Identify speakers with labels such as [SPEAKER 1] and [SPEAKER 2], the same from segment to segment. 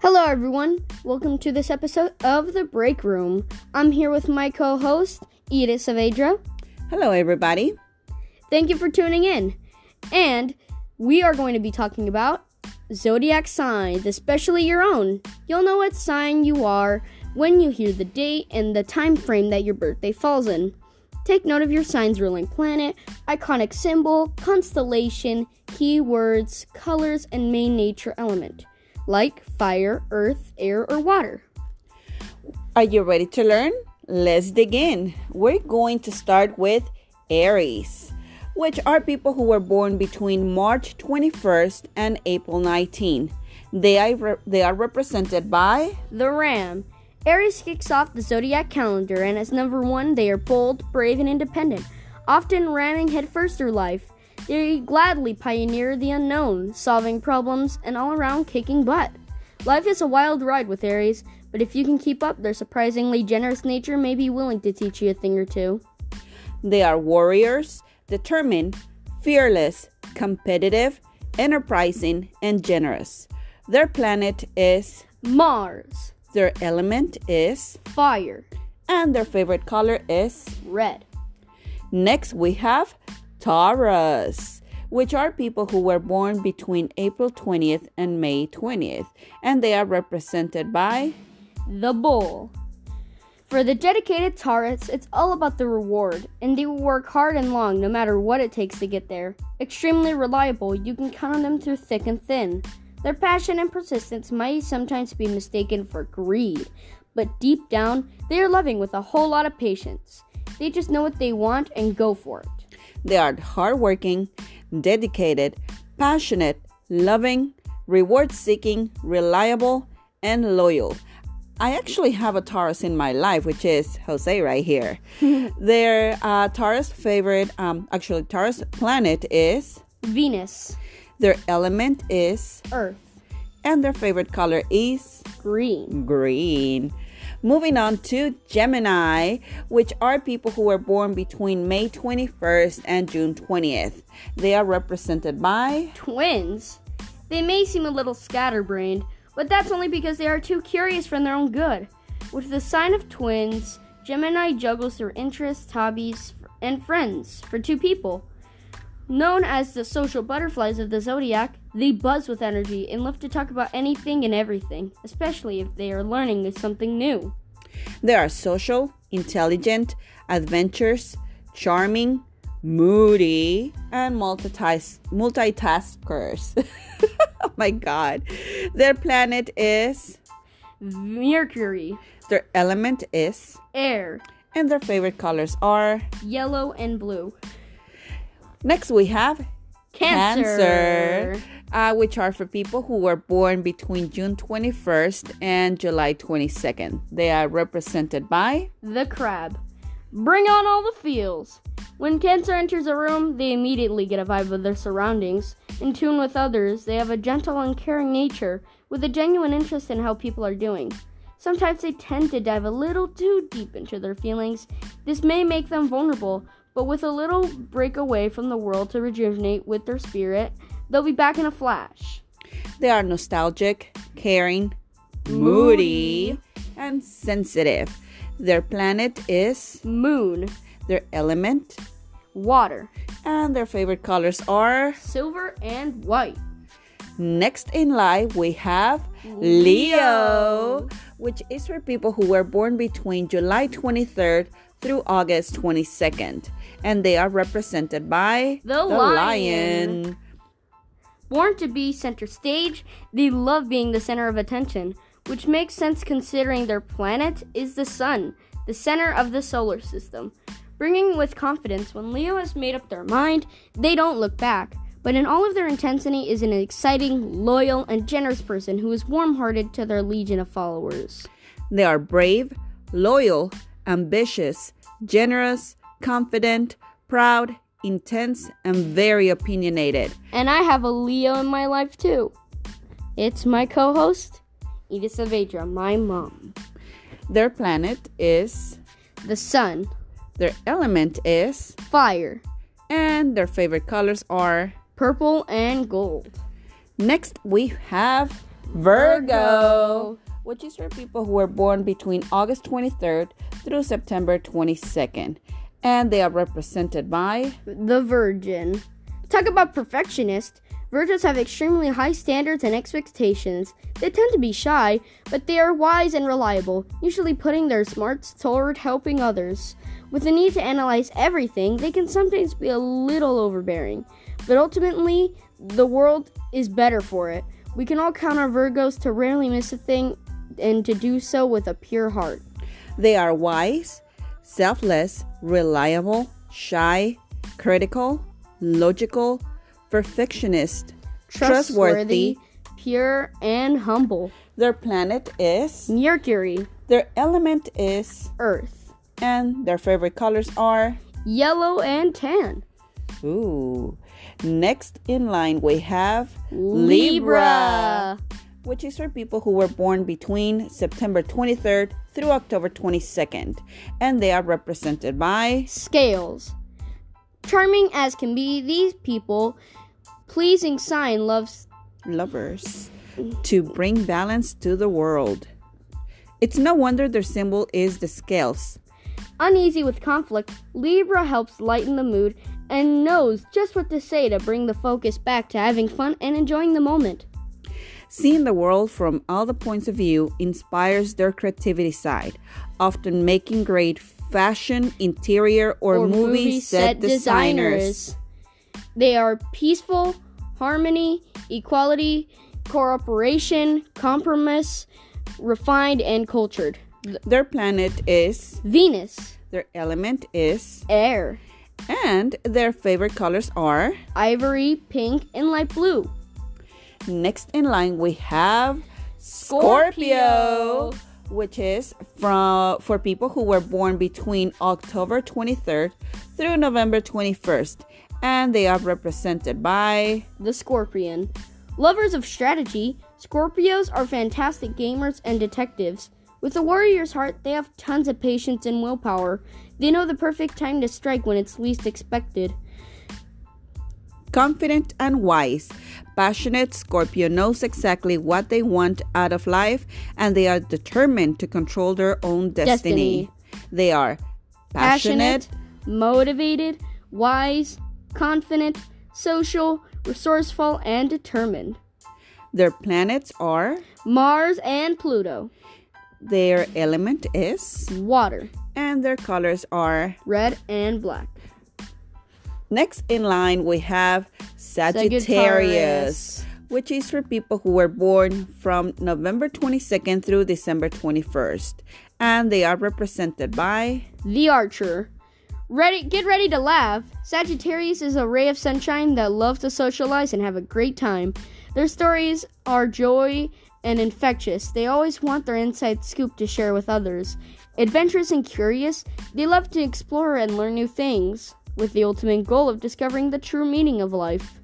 [SPEAKER 1] Hello, everyone. Welcome to this episode of The Break Room. I'm here with my co host, Edith Saavedra.
[SPEAKER 2] Hello, everybody.
[SPEAKER 1] Thank you for tuning in. And we are going to be talking about zodiac signs, especially your own. You'll know what sign you are when you hear the date and the time frame that your birthday falls in. Take note of your sign's ruling planet, iconic symbol, constellation, keywords, colors, and main nature element, like fire, earth, air, or water.
[SPEAKER 2] Are you ready to learn? Let's dig in. We're going to start with Aries, which are people who were born between March 21st and April 19. They are, re- they are represented by
[SPEAKER 1] The Ram. Aries kicks off the zodiac calendar, and as number one, they are bold, brave, and independent, often ramming headfirst through life. They gladly pioneer the unknown, solving problems, and all around kicking butt. Life is a wild ride with Aries, but if you can keep up, their surprisingly generous nature may be willing to teach you a thing or two.
[SPEAKER 2] They are warriors, determined, fearless, competitive, enterprising, and generous. Their planet is,
[SPEAKER 1] Mars,
[SPEAKER 2] their element is,
[SPEAKER 1] fire,
[SPEAKER 2] and their favorite color is
[SPEAKER 1] red.
[SPEAKER 2] Next, we have Taurus, which are people who were born between April 20th and May 20th, and they are represented by
[SPEAKER 1] The Bull. For the dedicated Taurus, it's all about the reward, and they will work hard and long no matter what it takes to get there. Extremely reliable, you can count on them through thick and thin. Their passion and persistence might sometimes be mistaken for greed, but deep down, they are loving with a whole lot of patience. They just know what they want and go for it.
[SPEAKER 2] they are hardworking, dedicated, passionate, loving, reward seeking, reliable, and loyal. I actually have a Taurus in my life, which is Jose right here. Their uh, Taurus favorite, um, actually, Taurus planet is,
[SPEAKER 1] Venus,
[SPEAKER 2] their element is,
[SPEAKER 1] Earth,
[SPEAKER 2] and their favorite color is
[SPEAKER 1] Green,
[SPEAKER 2] green. Moving on to Gemini, which are people who were born between May 21st and June 20th. They are represented by,
[SPEAKER 1] Twins. They may seem a little scatterbrained, but that's only because they are too curious for their own good. With the sign of twins, Gemini juggles their interests, hobbies, and friends for two people. Known as the social butterflies of the zodiac, they buzz with energy and love to talk about anything and everything, especially if they are learning something new.
[SPEAKER 2] they are social, intelligent, adventurous, charming, moody, and multitas- multitaskers. oh my God. Their planet is,
[SPEAKER 1] Mercury,
[SPEAKER 2] their element is,
[SPEAKER 1] air,
[SPEAKER 2] and their favorite colors are.
[SPEAKER 1] yellow, and blue.
[SPEAKER 2] Next, we have
[SPEAKER 1] Cancer.
[SPEAKER 2] Cancer, uh, which are for people who were born between June 21st and July 22nd. They are represented by,
[SPEAKER 1] The crab. Bring on all the feels. When Cancer enters a room, they immediately get a vibe of their surroundings. In tune with others, they have a gentle and caring nature with a genuine interest in how people are doing. Sometimes they tend to dive a little too deep into their feelings. This may make them vulnerable, but with a little break away from the world to rejuvenate with their spirit, they'll be back in a flash.
[SPEAKER 2] they are nostalgic, caring,
[SPEAKER 1] Moody.
[SPEAKER 2] moody, and sensitive. Their planet is,
[SPEAKER 1] Moon,
[SPEAKER 2] their element,
[SPEAKER 1] water,
[SPEAKER 2] and their favorite colors are.
[SPEAKER 1] silver, and white.
[SPEAKER 2] Next in line, we have
[SPEAKER 1] Leo.
[SPEAKER 2] Leo, which is for people who were born between July 23rd through August 22nd, and they are represented by
[SPEAKER 1] The lion. Born to be center stage, they love being the center of attention, which makes sense considering their planet is the sun, the center of the solar system. Bringing with confidence, when Leo has made up their mind, they don't look back. But in all of their intensity is an exciting, loyal, and generous person who is warm hearted to their legion of followers.
[SPEAKER 2] They are brave, loyal, ambitious, generous, confident, proud, intense, and very opinionated.
[SPEAKER 1] And I have a Leo in my life too. It's my co host, Edith Saavedra, my mom.
[SPEAKER 2] Their planet is,
[SPEAKER 1] The sun,
[SPEAKER 2] their element is,
[SPEAKER 1] fire,
[SPEAKER 2] and their favorite colors are.
[SPEAKER 1] purple, and gold.
[SPEAKER 2] Next, we have Virgo, which is for people who were born between August 23rd through September 22nd. And they are represented by
[SPEAKER 1] the virgin. Talk about perfectionist. Virgos have extremely high standards and expectations. They tend to be shy, but they are wise and reliable, usually putting their smarts toward helping others. With the need to analyze everything, they can sometimes be a little overbearing, but ultimately, the world is better for it. We can all count on Virgos to rarely miss a thing and to do so with a pure heart.
[SPEAKER 2] they are wise, selfless, reliable, shy, critical, logical, perfectionist, trustworthy.
[SPEAKER 1] pure, and humble.
[SPEAKER 2] Their planet is,
[SPEAKER 1] Mercury,
[SPEAKER 2] their element is,
[SPEAKER 1] Earth,
[SPEAKER 2] and their favorite colors are.
[SPEAKER 1] yellow and tan.
[SPEAKER 2] Ooh. Next in line we have
[SPEAKER 1] Libra.
[SPEAKER 2] which is for people who were born between September 23rd through October 22nd, and they are represented by
[SPEAKER 1] Scales. Charming as can be, these people, pleasing sign loves
[SPEAKER 2] lovers to bring balance to the world. It's no wonder their symbol is the scales.
[SPEAKER 1] uneasy with conflict. Libra helps lighten the mood and knows just what to say to bring the focus back to having fun and enjoying the moment.
[SPEAKER 2] Seeing the world from all the points of view inspires their creativity side, often making great fashion, interior, or, movie, set, designers.
[SPEAKER 1] They are peaceful, harmony, equality, cooperation, compromise, refined, and cultured.
[SPEAKER 2] Their planet is,
[SPEAKER 1] Venus,
[SPEAKER 2] their element is,
[SPEAKER 1] air,
[SPEAKER 2] and their favorite colors are.
[SPEAKER 1] ivory, pink, and light blue.
[SPEAKER 2] Next in line we have
[SPEAKER 1] Scorpio.
[SPEAKER 2] Scorpio, which is from for people who were born between October 23rd through November 21st, and they are represented by
[SPEAKER 1] the scorpion. Lovers of strategy, Scorpios are fantastic gamers and detectives. With a warrior's heart, they have tons of patience and willpower. They know the perfect time to strike when it's least expected.
[SPEAKER 2] confident and wise. Passionate Scorpio knows exactly what they want out of life, and they are determined to control their own destiny. They are passionate,
[SPEAKER 1] motivated, wise, confident, social, resourceful, and determined.
[SPEAKER 2] their planets are,
[SPEAKER 1] Mars and Pluto.
[SPEAKER 2] their element is.
[SPEAKER 1] Water.
[SPEAKER 2] and their colors are.
[SPEAKER 1] Red and black.
[SPEAKER 2] Next in line, we have Sagittarius,
[SPEAKER 1] Sagittarius.
[SPEAKER 2] which is for people who were born from November 22nd through December 21st. And they are represented by.
[SPEAKER 1] The Archer. Ready, get ready to laugh. Sagittarius is a ray of sunshine that loves to socialize and have a great time. Their stories are joy and infectious. They always want their inside scoop to share with others. Adventurous and curious, they love to explore and learn new things, with the ultimate goal of discovering the true meaning of life.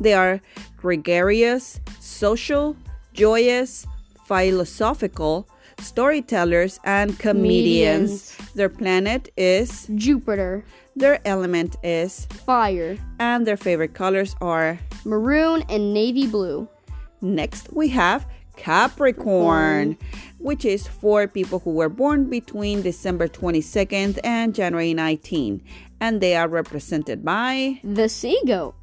[SPEAKER 2] They are gregarious, social, joyous, philosophical, storytellers, and comedians. Their planet is,
[SPEAKER 1] Jupiter,
[SPEAKER 2] their element is,
[SPEAKER 1] fire,
[SPEAKER 2] and their favorite colors are.
[SPEAKER 1] maroon, and navy blue.
[SPEAKER 2] Next, we have Capricorn, which is for people who were born between December 22nd and January 19, and they are represented by
[SPEAKER 1] The sea goat.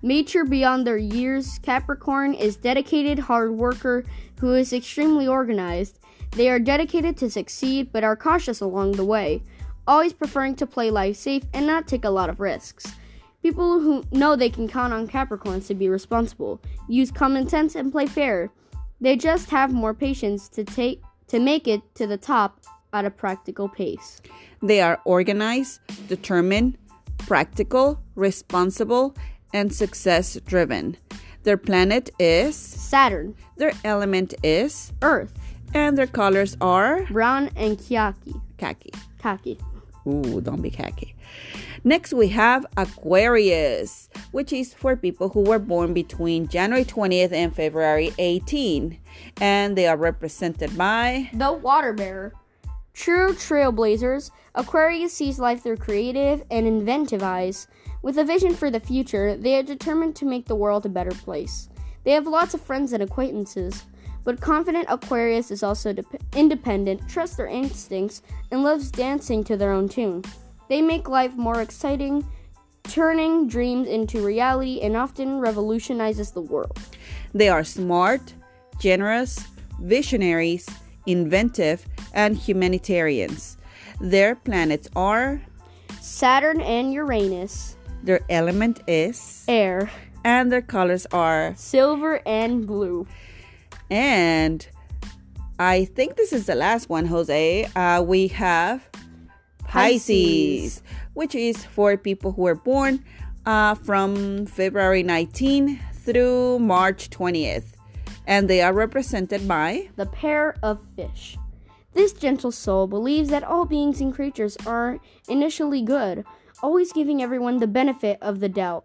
[SPEAKER 1] Mature beyond their years, Capricorn is dedicated hard worker who is extremely organized. They are dedicated to succeed but are cautious along the way, always preferring to play life safe and not take a lot of risks. People who know they can count on Capricorns to be responsible, use common sense and play fair. They just have more patience to take to make it to the top at a practical pace.
[SPEAKER 2] they are organized, determined, practical, responsible, and success driven. Their planet is,
[SPEAKER 1] Saturn,
[SPEAKER 2] their element is,
[SPEAKER 1] Earth,
[SPEAKER 2] and their colors are
[SPEAKER 1] Brown and Kiyaki.
[SPEAKER 2] khaki.
[SPEAKER 1] Kaki.
[SPEAKER 2] Ooh, don't be khaki. Next, we have Aquarius, which is for people who were born between January 20th and February 18, and they are represented by
[SPEAKER 1] The Water Bearer. True trailblazers, Aquarius sees life through creative and inventive eyes. With a vision for the future, they are determined to make the world a better place. They have lots of friends and acquaintances. But confident Aquarius is also dep independent, trusts their instincts, and loves dancing to their own tune. They make life more exciting, turning dreams into reality, and often revolutionizes the world.
[SPEAKER 2] They are smart, generous, visionaries, inventive, and humanitarians. Their planets are,
[SPEAKER 1] Saturn and Uranus,
[SPEAKER 2] their element is,
[SPEAKER 1] air,
[SPEAKER 2] and their colors are.
[SPEAKER 1] silver and blue.
[SPEAKER 2] And I think this is the last one, Jose. Uh, we have Pisces,
[SPEAKER 1] Pisces.
[SPEAKER 2] which is for people who were born uh, from February 19 through March 20th. And they are represented by
[SPEAKER 1] the pair of fish. This gentle soul believes that all beings and creatures are initially good, always giving everyone the benefit of the doubt.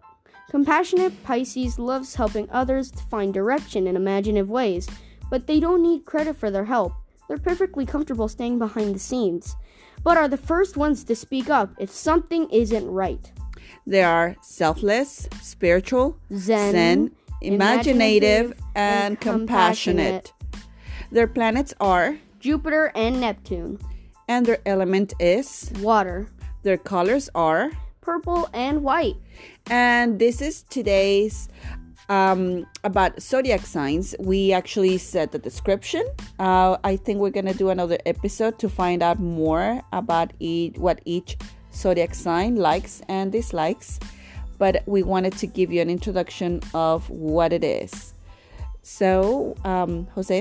[SPEAKER 1] Compassionate Pisces loves helping others to find direction in imaginative ways, but they don't need credit for their help. They're perfectly comfortable staying behind the scenes, but are the first ones to speak up if something isn't right.
[SPEAKER 2] they are selfless, spiritual,
[SPEAKER 1] Zen,
[SPEAKER 2] imaginative,
[SPEAKER 1] imaginative,
[SPEAKER 2] and,
[SPEAKER 1] and compassionate.
[SPEAKER 2] compassionate. Their planets are,
[SPEAKER 1] Jupiter and Neptune,
[SPEAKER 2] and their element is,
[SPEAKER 1] water,
[SPEAKER 2] their colors are.
[SPEAKER 1] purple and white.
[SPEAKER 2] And this is today's um, about zodiac signs. We actually said the description. Uh, I think we're gonna do another episode to find out more about each, what each zodiac sign likes and dislikes. But we wanted to give you an introduction of what it is. So, um, Jose,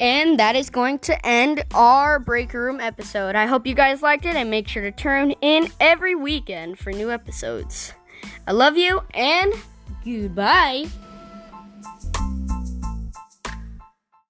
[SPEAKER 1] And that is going to end our break room episode. I hope you guys liked it and make sure to turn in every weekend for new episodes. I love you and goodbye.